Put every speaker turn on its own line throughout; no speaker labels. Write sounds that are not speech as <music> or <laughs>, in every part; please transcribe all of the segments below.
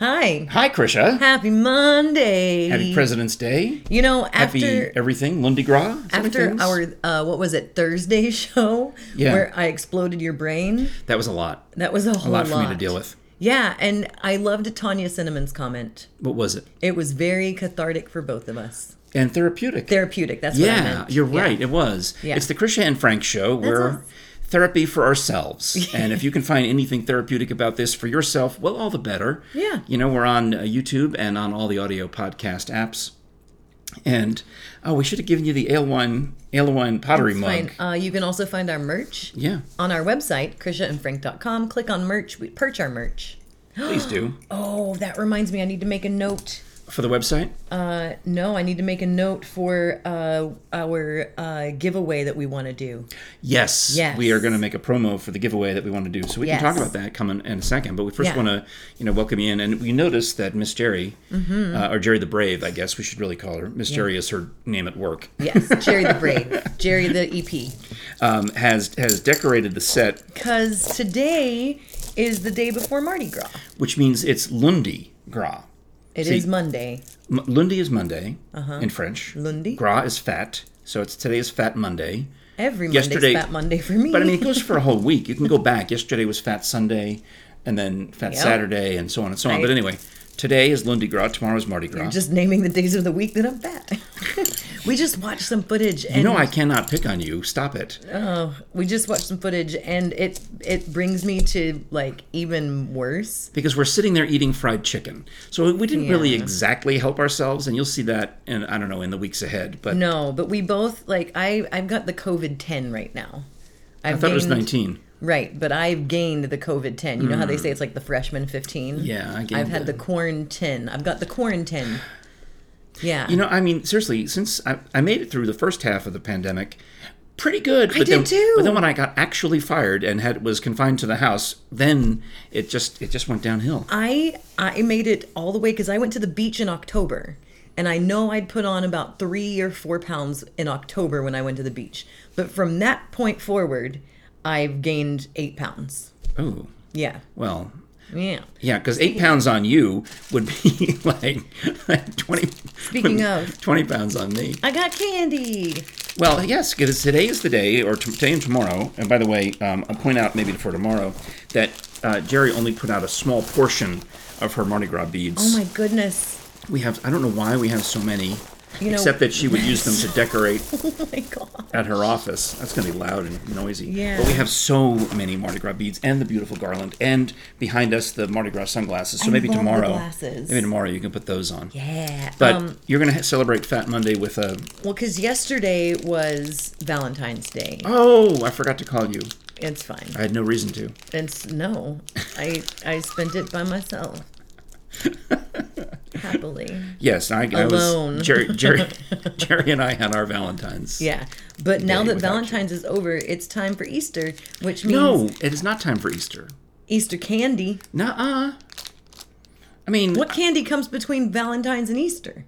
Hi.
Hi, Krisha.
Happy Monday.
Happy President's Day.
You know, after
Happy everything. Lundi Gras. Is that what it
after
is?
our uh, what was it Thursday <laughs> show
Yeah.
where I exploded your brain,
That was a lot.
that was a
A
whole
lot, for me to deal with.
Yeah, and I loved Tanya Cinnamon's comment.
What was it?
It was very cathartic for both of us.
And therapeutic.
Therapeutic. That's what I
yeah,
meant.
you're
Yeah.
right. It was.
Yeah.
It's the Krisha and Frank show. We're
us.
therapy for
<laughs>
ourselves. and if you can find anything therapeutic about this for yourself, well, all the better.
Yeah.
You know, we're on uh, YouTube and on all the audio podcast apps. And oh, we should have given you the ale wine, ale wine pottery
It's
mug.
fine. Uh, you can also find our merch
Yeah,
on our website, krishaandfrank.com. Click on merch. We perch our merch.
please do
<gasps> Oh, that reminds me. I need to make a note.
for the website.
Uh, no, I need to make a note for uh, our uh, giveaway that we want to do.
Yes,
Yes.
we are going to make a promo for the giveaway that we want to do. So we can talk
Yes.
about that coming in a second. But we first
Yeah.
want to, you know, welcome you in. And we noticed that Miss Jerry,
Mm-hmm.
uh, or Jerry the Brave, I guess we should really call her. Miss Jerry is her name at work.
Yes, Jerry the Brave, Jerry the E EP.
Um, has has decorated the set,
Because today is the day before Mardi Gras.
which means it's Lundi Gras.
It is
See-
Monday.
M- Lundi is Monday in French.
Uh-huh. Lundi.
Gras is fat. So it's today is Fat Monday.
Every Monday's
Yesterday-
Fat Monday for me.
But I
<laughs>
mean, it goes for a whole <laughs> week. You can go back. Yesterday was Fat Sunday, and then Fat
Yeah.
Saturday, and so on and so on.
Right.
But anyway, today is Lundi Gras. Tomorrow is Mardi Gras.
just naming the days of the week that I'm fat. <laughs> we just watched some footage, and
you know, I cannot pick on you. Stop it.
we just watched some footage, and it it brings me to like even worse.
Because we're sitting there eating fried chicken. So we didn't really exactly help ourselves, and you'll see that in, I don't know, in the weeks ahead. But
No, but we both like I I've got the COVID ten right now. I've
I thought it was
gained-
19.
Right, but I've gained the COVID ten. You know how they say it's like the freshman fifteen.
Mm. Yeah, I gained
I've had the quarantine. I've got the
<sighs>
quarantine. Yeah,
You know, I mean, seriously, since I, I made it through the first half of the pandemic, pretty good. But
did
then,
too.
But then when I got actually fired and had was confined to the house, then it just it just went downhill.
I I made it all the way because I went to the beach in October, and I know I'd put on about three or four pounds in October when I went to the beach. But from that point forward, I've gained eight pounds.
Oh,
Yeah,
well,
yeah.
Yeah, because eight pounds on you would be <laughs> like, twenty. <laughs>
Speaking of-
twenty pounds on me.
I got candy.
Well, yes, because today is the day, or t- today and tomorrow. And by the way, um, I'll point out maybe for tomorrow that uh, Jerry only put out a small portion of her Mardi Gras beads.
Oh my goodness. <laughs>
We have I don't know why we have so many,
You know-
except that she would use them
<laughs>
to decorate
Oh my god.
at her office. That's going to be loud and noisy.
Yeah.
But we have so many Mardi Gras beads and the beautiful garland, and behind us the Mardi Gras sunglasses. So
I
maybe
love the
tomorrow,
glasses.
maybe tomorrow you can put those on.
Yeah.
But
um,
you're going to celebrate Fat Monday with a.
well, because yesterday was Valentine's Day.
Oh, I forgot to call you.
It's fine.
I had no reason to.
It's no. I I spent it by myself. Happily.
Yes, I, I
Alone.
was. Jerry,
<laughs>
Jerry, Jerry, and I had our Valentines.
Yeah. But now
Day
that
without you.
Valentine's is over, it's time for Easter, which means
No, it is not time for Easter.
Easter candy.
Nuh-uh. I mean,
What candy comes between Valentine's and Easter?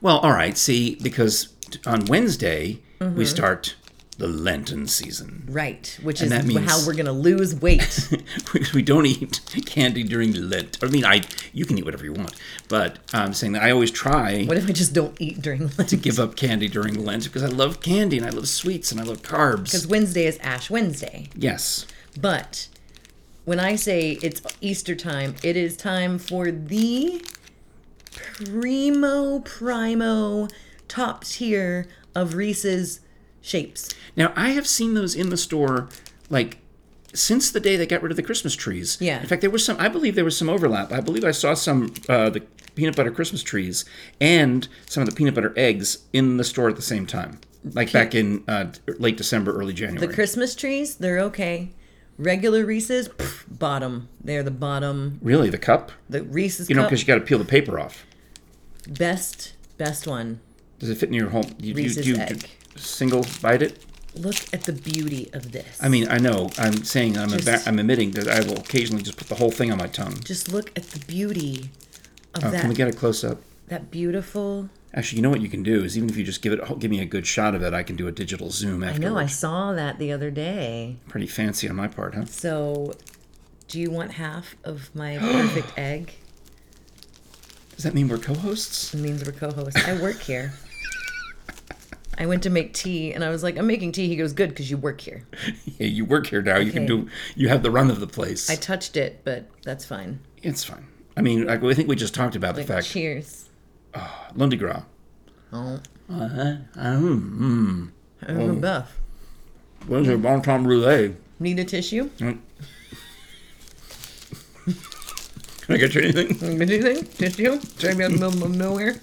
well, all right. See, because t- on Wednesday
Mm-hmm.
we start the Lenten season. <laughs>
Right, which
And
is
that means-
how we're going to lose weight.
Because we don't eat candy during Lent. I mean, I you can eat whatever you want, but I'm saying that I always try
what if I just don't eat during <laughs> Lent?
to give up candy during Lent because I love candy and I love sweets and I love carbs.
Because Wednesday is Ash Wednesday.
Yes,
But when I say it's Easter time, it is time for the primo, primo, top tier of Reese's shapes.
Now I have seen those in the store, like since the day they got rid of the Christmas trees.
Yeah.
In fact, there was some. I believe there was some overlap. I believe I saw some uh, the peanut butter Christmas trees and some of the peanut butter eggs in the store at the same time, like back in uh, late December, early January.
The Christmas trees, they're okay. Regular Reese's, pff, bottom. They're the bottom.
really, the cup?
The Reese's
You know,
cup,
because you got to peel the paper off.
best, best one.
Does it fit in your whole? You, you,
Reese's
you,
egg.
Single bite it.
Look at the beauty of this.
I mean, I know. I'm saying I'm
Just-
embar- I'm admitting that I will occasionally just put the whole thing on my tongue.
just look at the beauty of
Uh,
that.
can we get a close up?
that beautiful.
Actually, you know what you can do is even if you just give it, oh, give me a good shot of it, I can do a digital zoom
I know, I
afterwards.
saw that the other day.
Pretty fancy on my part, huh? <gasps>
So, do you want half of my perfect egg?
Does that mean we're
<laughs>
co-hosts?
It means we're co-hosts. I work here. I went to make tea and I was like, I'm making tea. He goes, Good, because you work here.
Yeah, you work here now. You can
Okay.
do. You have the run of the place.
I touched it, but that's fine.
it's fine. I mean, like, I think we just talked about the fact
Cheers.
Lundy Gras.
Oh,
Um,
I'm a buff.
when's your bon temps roulette?
Need a tissue?
Can I get you
<laughs>
anything?
Anything? Tissue? Try me out in the middle of
<laughs>
nowhere.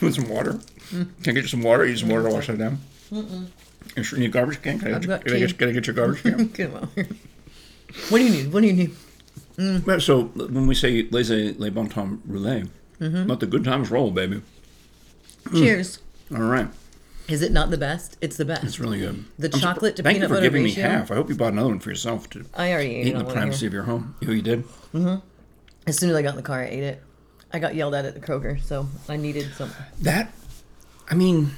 Want some water? Can I get you some water? You need some water to wash that down? You sure need a garbage can? Can I,
I've
get, you-
got
can I get,
tea.
can I get your garbage
<laughs>
can?
Come on. What do you need? What do you need?
Right, so when we say les, les bon temps roulette,
Mm-hmm.
let the good times roll, baby. Mm.
Cheers.
All right.
Is it not the best? It's the best.
It's really good.
The
surpri-
chocolate to
Thank
peanut
you for
butter
giving
ratio?
me half. I hope you bought another one for yourself to
I already ate
eat in the
another one
privacy
here.
of your home. Oh, you did?
As soon as I got in the car, I ate it. I got yelled at at the Kroger, so I needed some.
That, I mean,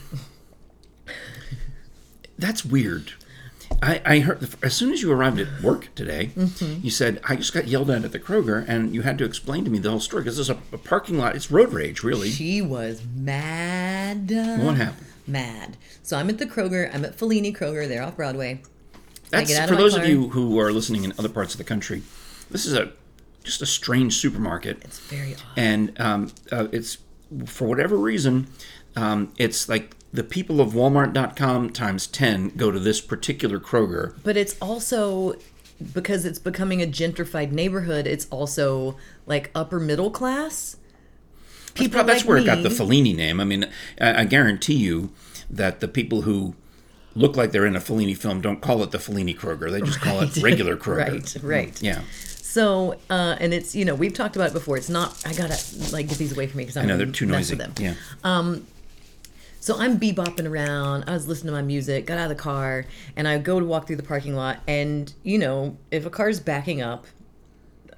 <laughs> that's weird. I, I heard as soon as you arrived at work today,
Mm-hmm.
you said I just got yelled at at the Kroger, and you had to explain to me the whole story because there's a, a parking lot. It's road rage, really.
She was mad.
What happened?
Mad. So I'm at the Kroger. I'm at Fellini Kroger. They're off Broadway.
That's
get out of
for
my
those of
car.
you who are listening in other parts of the country. This is a just a strange supermarket.
It's very odd.
and um, uh, it's for whatever reason, um, it's like the people of Walmart.com times ten go to this particular Kroger.
But it's also because it's becoming a gentrified neighborhood. It's also like upper middle class. People
Prob- that's
like
where it got the
me-
Fellini name. I mean, I, I guarantee you that the people who look like they're in a Fellini film don't call it the Fellini Kroger. They just call it Oh, regular
<laughs>
Kroger.
Right,
Mm.
right.
Yeah.
So, uh, and it's you know we've talked about it before. It's not. I gotta like get these away from me because I'm
I know
gonna
they're too
mess
noisy.
with them.
Yeah.
So I'm bebopping around. I was listening to my music, got out of the car, and I go to walk through the parking lot. And, you know, if a car's backing up,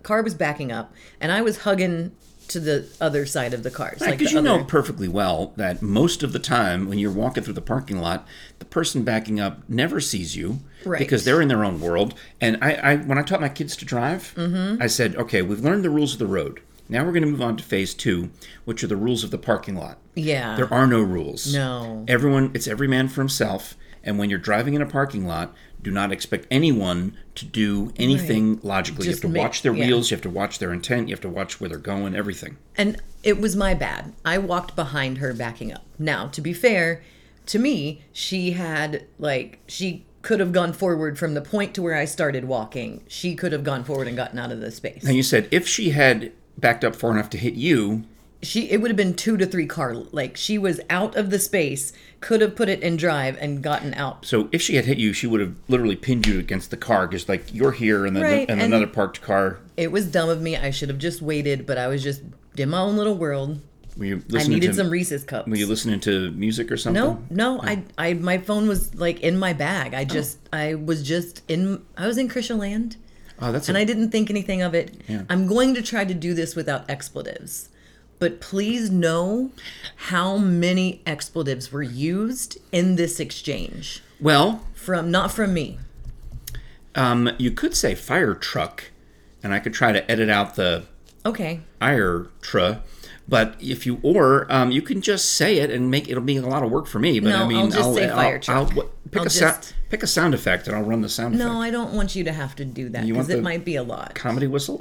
car was backing up, and I was hugging to the other side of the cars. like
because
the
you
other,
know perfectly well that most of the time when you're walking through the parking lot, the person backing up never sees you
Right.
because they're in their own world. And I, I when I taught my kids to drive,
Mm-hmm.
I said, okay, we've learned the rules of the road. Now we're going to move on to phase two, which are the rules of the parking lot.
Yeah.
There are no rules.
No.
Everyone, it's every man for himself. And when you're driving in a parking lot, do not expect anyone to do anything logically.
Just
you have to
make-
watch their
yeah.
wheels, you have to watch their intent, you have to watch where they're going, everything.
And it was my bad. I walked behind her backing up. Now, to be fair, to me, she had like she could have gone forward from the point to where I started walking. She could have gone forward and gotten out of the space.
And you said if she had backed up far enough to hit you,
she it would have been two to three car like she was out of the space could have put it in drive and gotten out
so if she had hit you, she would have literally pinned you against the car because like you're here and then
Right,
and,
and-
another parked car.
it was dumb of me i should have just waited but i was just in my own little world
Were you
i
listening
needed
to
some reese's cups
were you listening to music or something?
no no i i my phone was like in my bag i just i was just in i was in krisha land
Oh, that's
and
a-
i didn't think anything of it i'm going to try to do this without expletives but please know how many expletives were used in this exchange
well,
from not from me
um, you could say fire truck, and I could try to edit out the
okay
ire tra. But if you or um, you can just say it and make it'll be a lot of work for me. But
No,
I
I'll
mean,
just say fire truck.
I'll- what- pick
I'll
a sound,
just-
pick a sound effect, and I'll run the sound
No,
effect.
I don't want you to have to do that
You want
because it
the-
might be a lot.
Comedy whistle?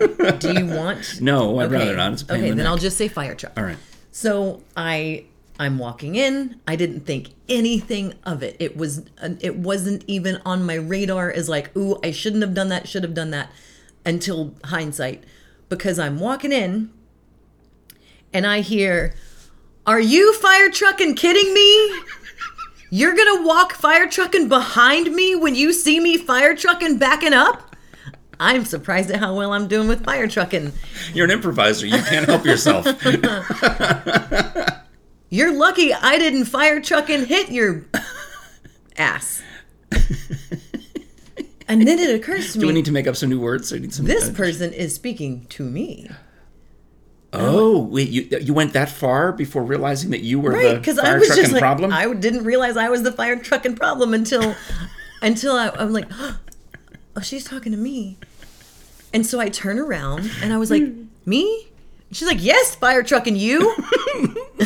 <laughs>
Do you want?
no, I'd
Okay.
rather not. It's a pain in
okay,
the
then
neck.
I'll just say fire truck.
All right.
So I I'm walking in. I didn't think anything of it. It was uh, it wasn't even on my radar as like, ooh, I shouldn't have done that. Should have done that until hindsight, because I'm walking in and I hear, "Are you fire trucking kidding me?" You're gonna walk fire trucking behind me when you see me fire trucking backing up? I'm surprised at how well I'm doing with fire trucking.
You're an improviser. You can't
<laughs>
help yourself.
You're lucky I didn't fire truck and hit your
<laughs>
ass. and then it occurs to
Do we
me
need to make up some new words? I need some.
this
uh,
person is speaking to me.
Oh, wait, you you went that far before realizing that you were
Right,
the
because I
fire
was
truck
just
and
like
problem.
I didn't realize I was the fire trucking <gasps>
<laughs>
problem until until I, I'm like, oh, she's talking to me, And so I turn around and I was
<laughs>
like, me? She's like, yes, fire truck and you. <laughs>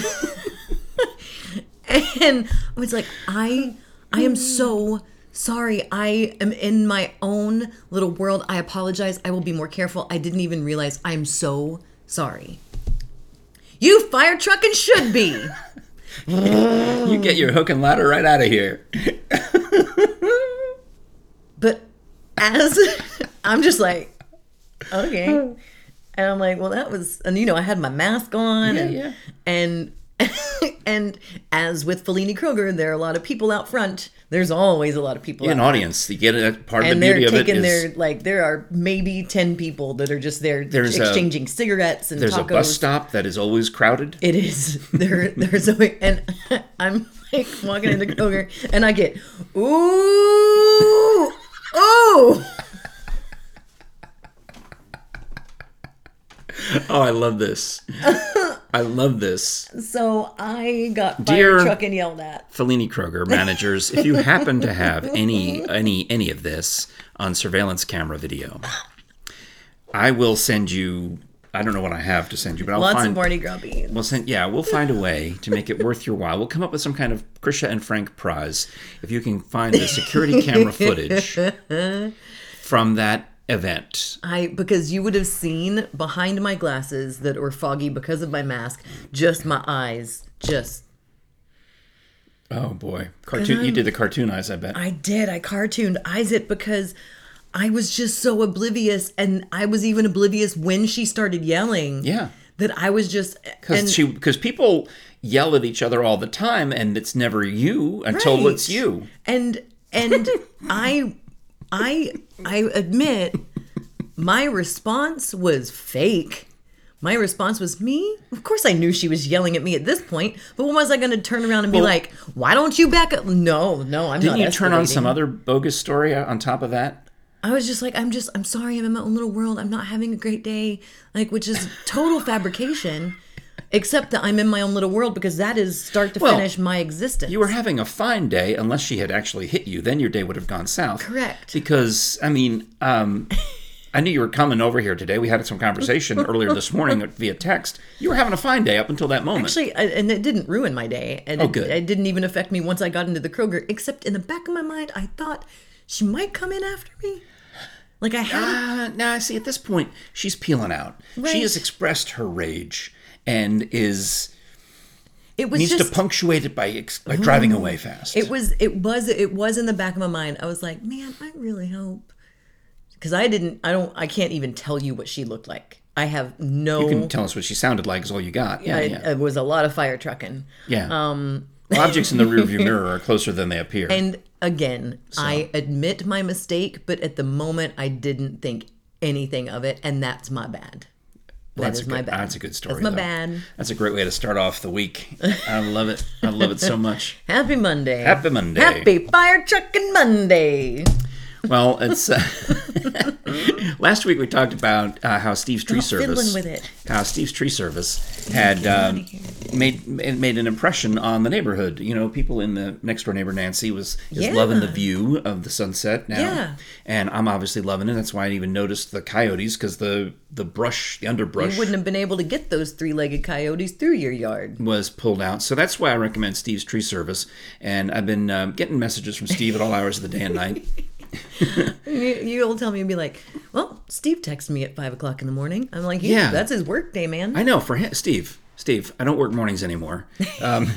and I was like, I I am so sorry. I am in my own little world. I apologize. I will be more careful. I didn't even realize I am so sorry. You fire truck and should be.
You get your hook and ladder right out of here.
But as <laughs> I'm just like, okay.
<laughs>
And I'm like, well, that was, and you know, I had my mask on,
Yeah,
and
yeah.
and <laughs> and as with Fellini Kroger, there are a lot of people out front. The's always a lot of people, out
An audience, you get it. Part of
and
the
they're
beauty of it
taking
is
their like. There are maybe ten people that are just there,
There's a-
exchanging cigarettes and
there's
tacos.
a bus stop that is always crowded.
It is. <laughs> There, there's a way, and <laughs> I'm like walking into Kroger, and I get ooh, ooh.
Oh, I
<laughs>
love this. I love this.
So I got
Dear-
fire truck and yelled at.
Fellini Kroger managers, if you happen to have any any any of this on surveillance camera video, I will send you. I don't know what I have to send you, but I'll
Lots
find.
of Mardi Gras beans.
We'll send, yeah, we'll find a way to make it worth your while. We'll come up with some kind of Krisha and Frank prize if you can find the security
<laughs>
camera footage from that event.
I because you would have seen behind my glasses that were foggy because of my mask, just my eyes. Just
Oh boy, cartoon! You did the cartoon eyes, I bet.
I did. I cartooned eyes it because I was just so oblivious, and I was even oblivious when she started yelling.
Yeah.
That I was just and
Because she because people yell at each other all the time, and it's never you until
Right.
it's you.
and
<laughs>
and i i i admit my response was fake my response was me of course i knew she was yelling at me at this point but when was i going to turn around and be like why don't you back up no no i'm
Didn't
not
you turn on
escalating.
some other bogus story on top of that?
i was just like i'm just i'm sorry i'm in my own little world i'm not having a great day like which is total fabrication except that i'm in my own little world because that is start to
Well,
finish my existence
You were having a fine day, unless she had actually hit you. Then your day would have gone south.
Correct.
Because I mean, um, I knew you were coming over here today. We had some conversation earlier this morning via text. You were having a fine day up until that moment.
Actually, I, and it didn't ruin my day. And oh,
good.
It, didn't even affect me once I got into the Kroger, except in the back of my mind, I thought she might come in after me. Like I had.
Uh, now, I see, at this point, she's peeling out. She
Right.
has expressed her rage and is
it was
needs
just.
to punctuate it by, ex- by driving away fast.
it was. It was. It was in the back of my mind. I was like, man, I really hope. Because I didn't. I don't. I can't even tell you what she looked like. I have no.
you can tell us what she sounded like is all you got. Yeah,
I,
yeah.
It was a lot of fire trucking.
yeah.
um,
Objects in the rearview mirror are closer than they
<laughs>
appear.
And again, I admit my mistake, but at the moment, I didn't think anything of it, and that's my bad.
Well,
that is
a good,
my bad.
That's a good story.
That's my
though.
bad.
That's a great way to start off the week. I love it. I love it so much.
Happy Monday.
Happy Monday.
Happy fire trucking Monday.
Well, it's uh, <laughs> last week we talked about uh, how Steve's tree service,
fiddling with it.
how Steve's tree service had um, made made made an impression on the neighborhood. You know, people in the next door neighbor Nancy was is
Yeah.
loving the view of the sunset now,
Yeah.
and I'm obviously loving it. That's why I even noticed the coyotes because the the brush, the underbrush,
You wouldn't have been able to get those three-legged coyotes through your yard.
was pulled out. So that's why I recommend Steve's Tree Service. And I've been um, getting messages from Steve at all hours of the day and night.
You, you'll tell me and be like, "Well, Steve texted me at five o'clock in the morning." I'm like, "Yeah,
Yeah.
that's his work day, man."
I know for him, Steve, Steve, I don't work mornings anymore. Um,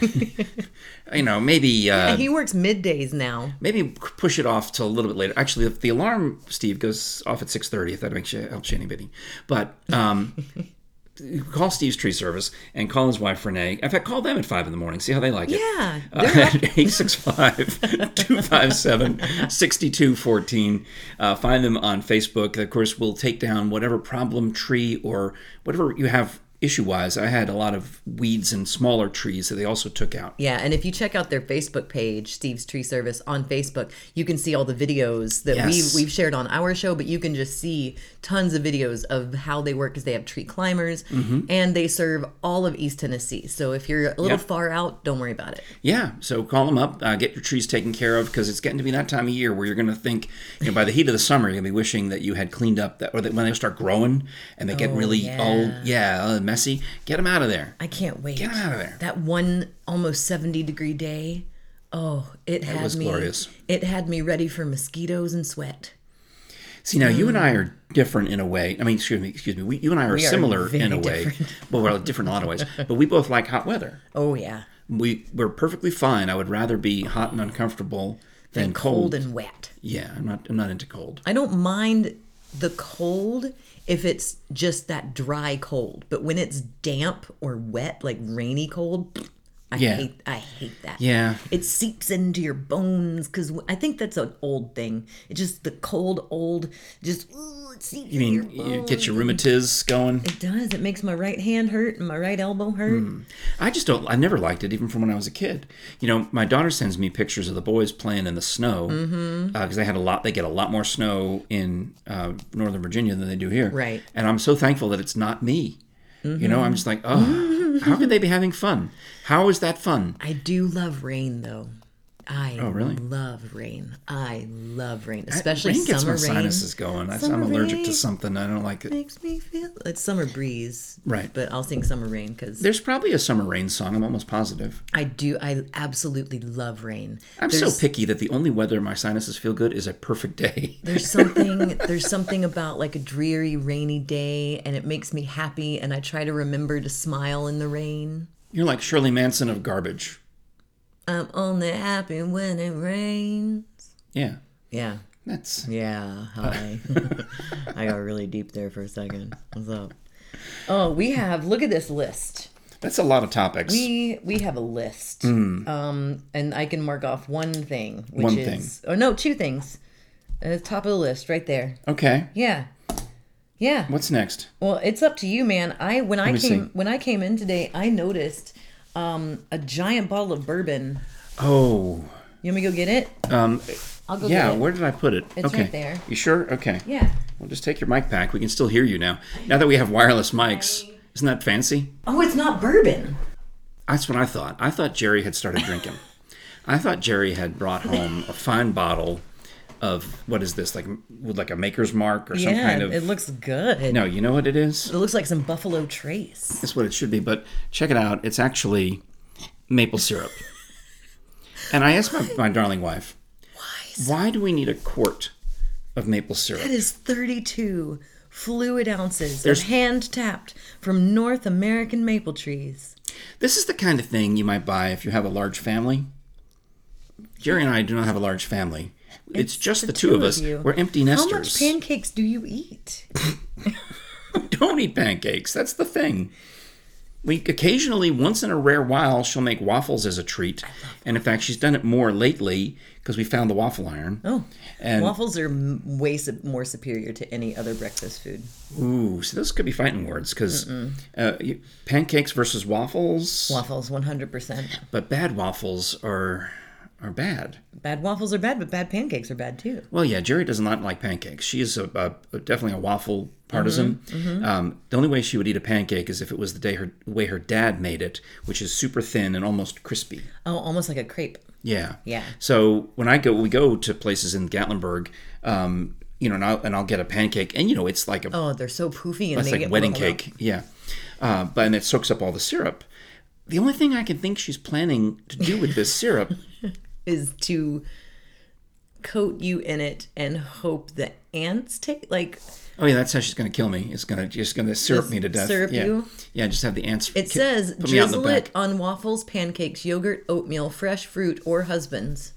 <laughs> you know, maybe uh,
he works middays now.
maybe push it off till a little bit later. Actually, if the alarm, Steve, goes off at six thirty, if that makes you helps you any bitty. But um, <laughs> call Steve's Tree Service and call his wife Renee. In fact, call them at five in the morning. See how they like it.
Yeah,
Uh, <laughs> 865-257-6214. Uh, find them on Facebook. Of course, we'll take down whatever problem tree or whatever you have issue wise, I had a lot of weeds and smaller trees that they also took out.
Yeah, and if you check out their Facebook page, Steve's Tree Service on Facebook, you can see all the videos that
Yes.
we we've shared on our show, but you can just see tons of videos of how they work because they have tree climbers
Mm-hmm.
and they serve all of East Tennessee. So if you're a little
Yeah.
far out, don't worry about it.
Yeah, so call them up, uh, get your trees taken care of because it's getting to be that time of year where you're going to think, you know, by the heat of the summer, you're going to be wishing that you had cleaned up that, or that when they start growing and they get really
Oh, yeah.
old, yeah, uh, messy, get them out of there.
I can't wait.
Get them out of there.
That one almost 70 degree day. Oh, it had
was
me
glorious.
it had me ready for mosquitoes and sweat.
See, now you and I are different in a way. I mean, excuse me, excuse me. Hmm. We, you and I are
are
similar in
very
a way. <laughs> Well, we're different in a lot of <laughs> ways, but we both like hot weather.
Oh yeah.
We we're perfectly fine. I would rather be hot and uncomfortable than
Cold
cold.
and wet.
yeah, I'm not I'm not into cold.
I don't mind the cold if it's just that dry cold, but when it's damp or wet, like rainy cold, I
Yeah.
hate I hate that.
Yeah,
It seeps into your bones because I think that's an old thing. It's just the cold, old, just ooh, it seeps into
you mean
your
you
bones.
get your rheumatiz going?
It does. It makes my right hand hurt and my right elbow hurt.
Hmm. I just don't. I never liked it, even from when I was a kid. You know, my daughter sends me pictures of the boys playing in the snow because
Mm-hmm.
they had a lot. They get a lot more snow in uh, Northern Virginia than they do here.
Right.
And I'm so thankful that it's not me. You know, I'm just like, oh, how could they be having fun? How is that fun?
I do love rain though. I oh,
really?
love rain. I love rain, especially
rain gets
summer
my
rain.
sinuses going. I,
Summer
I'm allergic
rain.
to something. I don't like it.
makes me feel it's summer breeze
Right.
but i'll sing summer rain because
There's probably a summer rain song. I'm almost positive.
i do i absolutely love rain
I'm
there's,
so picky that the only weather my sinuses feel good is a perfect day. <laughs>
there's something <laughs> there's something about like a dreary rainy day and it makes me happy and i try to remember to smile in the rain
You're like Shirley Manson of garbage.
i'm only happy when it rains
Yeah.
yeah
That's
yeah hi <laughs> i got really deep there for a second what's up oh we have look at this list
That's a lot of topics.
We we have a list. Um, and I can mark off one thing, which
Mm. One
is oh no, two things. Uh, top of the list, right there.
okay.
Yeah, yeah.
What's next?
Well, it's up to you, man. I when I
me
came
see.
when I came in today, I noticed um a giant bottle of bourbon.
Oh.
You want me to go get it?
Um
I'll go
yeah,
get it.
where did I put it?
It's
okay.
right there.
You sure? Okay.
yeah.
Well, just take your mic back. We can still hear you now. Now that we have wireless mics. Isn't that fancy?
Oh, it's not bourbon.
That's what I thought. I thought Jerry had started
<laughs>
drinking. I thought Jerry had brought home a fine bottle of what is this? Like with like a maker's mark or some
yeah,
kind of
it looks good.
No, you know what it is?
It looks like some Buffalo Trace.
That's what it should be. But check it out. It's actually maple <laughs> syrup. and I asked my, my darling wife, why do we need a quart of maple syrup?
That is 32 fluid ounces
There's-
of hand tapped from North American maple trees.
This is the kind of thing you might buy if you have a large family. Jerry and I do not have a large family. It's, just the, two, of us.
you.
We're empty
How much
nesters.
pancakes do you eat?
<laughs> Don't eat pancakes. That's the thing. We occasionally, once in a rare while, she'll make waffles as a treat. And in fact, she's done it more lately because we found the waffle iron.
Oh,
and
waffles are m- way su- more superior to any other breakfast food.
Ooh, so those could be fighting words because uh, you- pancakes versus waffles,
Waffles, 100%.
but bad waffles are are bad.
Bad waffles are bad, but bad pancakes are bad too.
Well, yeah, Jerry does not like pancakes. She is a, a definitely a waffle partisan. Um, the only way she would eat a pancake is if it was the day her the way her dad made it, which is super thin and almost crispy.
Oh, almost like a crepe.
Yeah.
Yeah.
So when I go, we go to places in Gatlinburg, um, you know, and I'll, and I'll get a pancake, and you know, it's like a
Oh, they're so poofy and
It's
they
like
get
wedding
rolled up.
cake, yeah. Uh, but and it soaks up all the syrup. The only thing I can think she's planning to do with
<laughs>
this syrup,
Is to coat you in it and hope the ants take, like,
oh yeah, that's how she's going to kill me. It's going to just going to syrup me to death.
syrup
yeah.
you?
Yeah, just have the ants.
It says
put me out in the
drizzle it on waffles, pancakes, yogurt, oatmeal, fresh fruit, or husbands.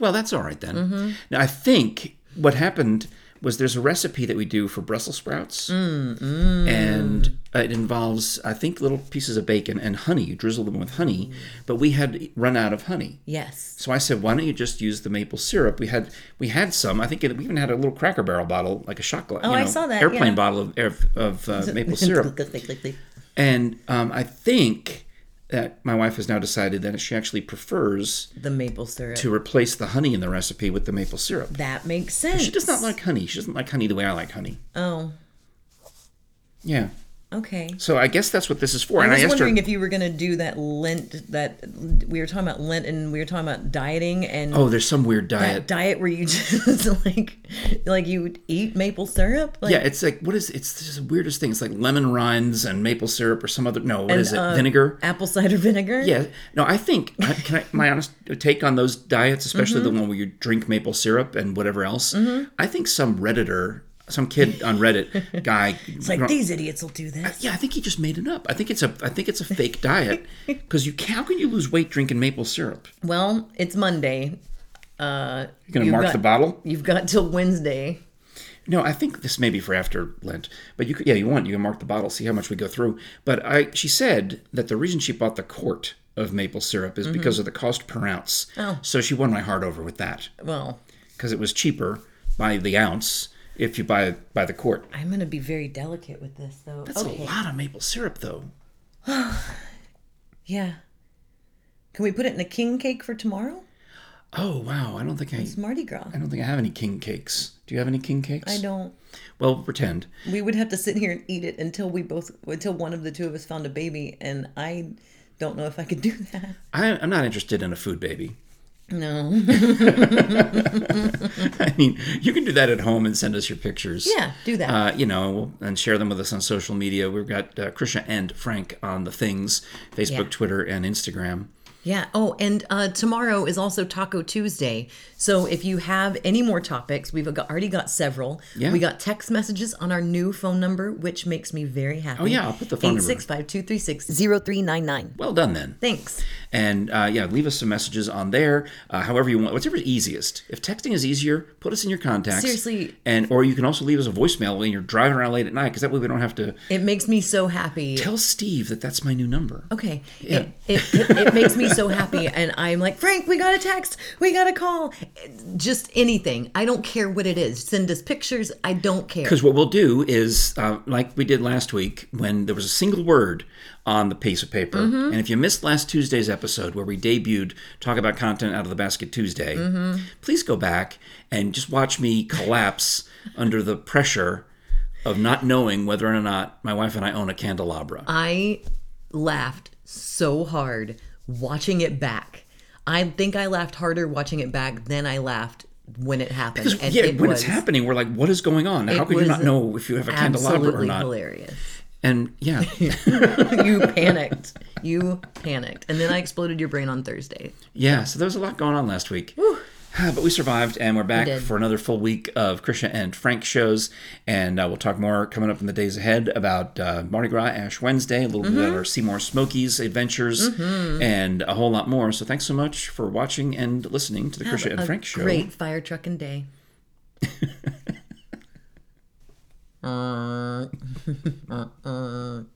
Well, that's all right then.
Mm-hmm.
Now I think what happened was there's a recipe that we do for Brussels sprouts, and it involves I think little pieces of bacon and honey. You drizzle them with honey, but we had run out of honey.
Yes.
So I said, why don't you just use the maple syrup? We had we had some. I think it, we even had a little Cracker Barrel bottle, like a shot glass. Oh,
I saw that,
airplane
yeah. <laughs>
bottle of of, of uh, maple syrup.
Click, click, click, click.
And um, I think that my wife has now decided that she actually prefers
The maple syrup.
to replace the honey in the recipe with the maple syrup.
that makes sense.
She does not like honey. She doesn't like honey the way I like honey.
Oh,
Yeah.
okay.
So I guess that's what this is for. and
I was
I asked her.
wondering if you were gonna do that Lent. That we were talking about Lent, and we were talking about dieting and
Oh, there's some weird
that
diet.
diet where you <laughs> just like, like you would eat maple syrup. Like,
yeah, it's like what is it's just the weirdest thing. It's like lemon rinds and maple syrup or some other no, what is it?
uh,
Vinegar.
apple cider vinegar.
Yeah. No, I think I- can I, my honest take on those diets, especially
Mm-hmm.
the one where you drink maple syrup and whatever else. I think some redditor, some kid
<laughs>
on Reddit guy,
It's like these idiots will do this.
yeah, I think he just made it up. I think it's a I think it's a
<laughs>
fake diet because you how can you lose weight drinking maple syrup?
Well, it's Monday. Uh,
You're gonna mark
got,
the bottle.
You've got till Wednesday.
No, I think this may be for after Lent, but you could, yeah, you want you can mark the bottle, see how much we go through. But I, she said that the reason she bought the quart of maple syrup is because of the cost per ounce.
Mm-hmm. Oh.
so she won my heart over with that
Well,
because it was cheaper by the ounce if you buy by the quart.
I'm gonna be very delicate with this, though.
That's a lot of maple syrup, though.
Yeah. Can we put it in a king cake for tomorrow?
Oh wow, I don't think I,
It's Mardi Gras.
I don't think I have any king cakes. Do you have any king cakes?
I don't.
Well, pretend.
We would have to sit here and eat it until we both, until one of the two of us found a baby, and I don't know if I could do that.
I, I'm not interested in a food baby. <laughs>
No.
I mean, you can do that at home and send us your pictures.
<laughs> Yeah, do that.
Uh, you know, and share them with us on social media. We've got uh, Krisha and Frank on the things Facebook,
Yeah.
Twitter, and Instagram.
Yeah. Oh, and uh, tomorrow is also Taco Tuesday. So if you have any more topics, we've got, already got several.
Yeah.
We got text messages on our new phone number, which makes me very happy. Oh,
yeah, I'll put the phone number.
865-236-0399.
Well done then.
Thanks.
And uh, yeah, leave us some messages on there, uh, however you want, whatever's easiest. If texting is easier, put us in your contacts.
Seriously.
And or you can also leave us a voicemail when you're driving around late at night, because that way we don't have to
It makes me so happy.
tell Steve that that's my new number.
Okay. It, it, it, it makes me so happy. And I'm like, Frank, we got a text. We got a call. Just anything. I don't care what it is. Send us pictures. I don't care.
Because what we'll do is, uh, like we did last week, when there was a single word on the piece of paper,
Mm-hmm.
and if you missed last Tuesday's episode where we debuted Talk About Content Out of the Basket Tuesday,
Mm-hmm.
please go back and just watch me collapse <laughs> under the pressure of not knowing whether or not my wife and I own a candelabra.
I laughed so hard watching it back. I think I laughed harder watching it back than I laughed when it happened. and
yeah,
it
when
was
it's happening, we're like, what is going on? How could you
was
not know if you have a candelabra or
absolutely
not?
hilarious.
And
<laughs>
yeah.
you panicked. You panicked. And then I exploded your brain on Thursday.
Yeah, so there was a lot going on last week. Ah, <sighs> But we survived, and we're back
did.
for another full week of Krisha and Frank shows, and uh, we'll talk more coming up in the days ahead about uh, Mardi Gras, Ash Wednesday, a little bit
Mm-hmm.
about our Seymour Smokies adventures, and a whole lot more. So thanks so much for watching and listening to the Krisha and
A
Frank show.
Great fire trucking day. Uh, uh, uh.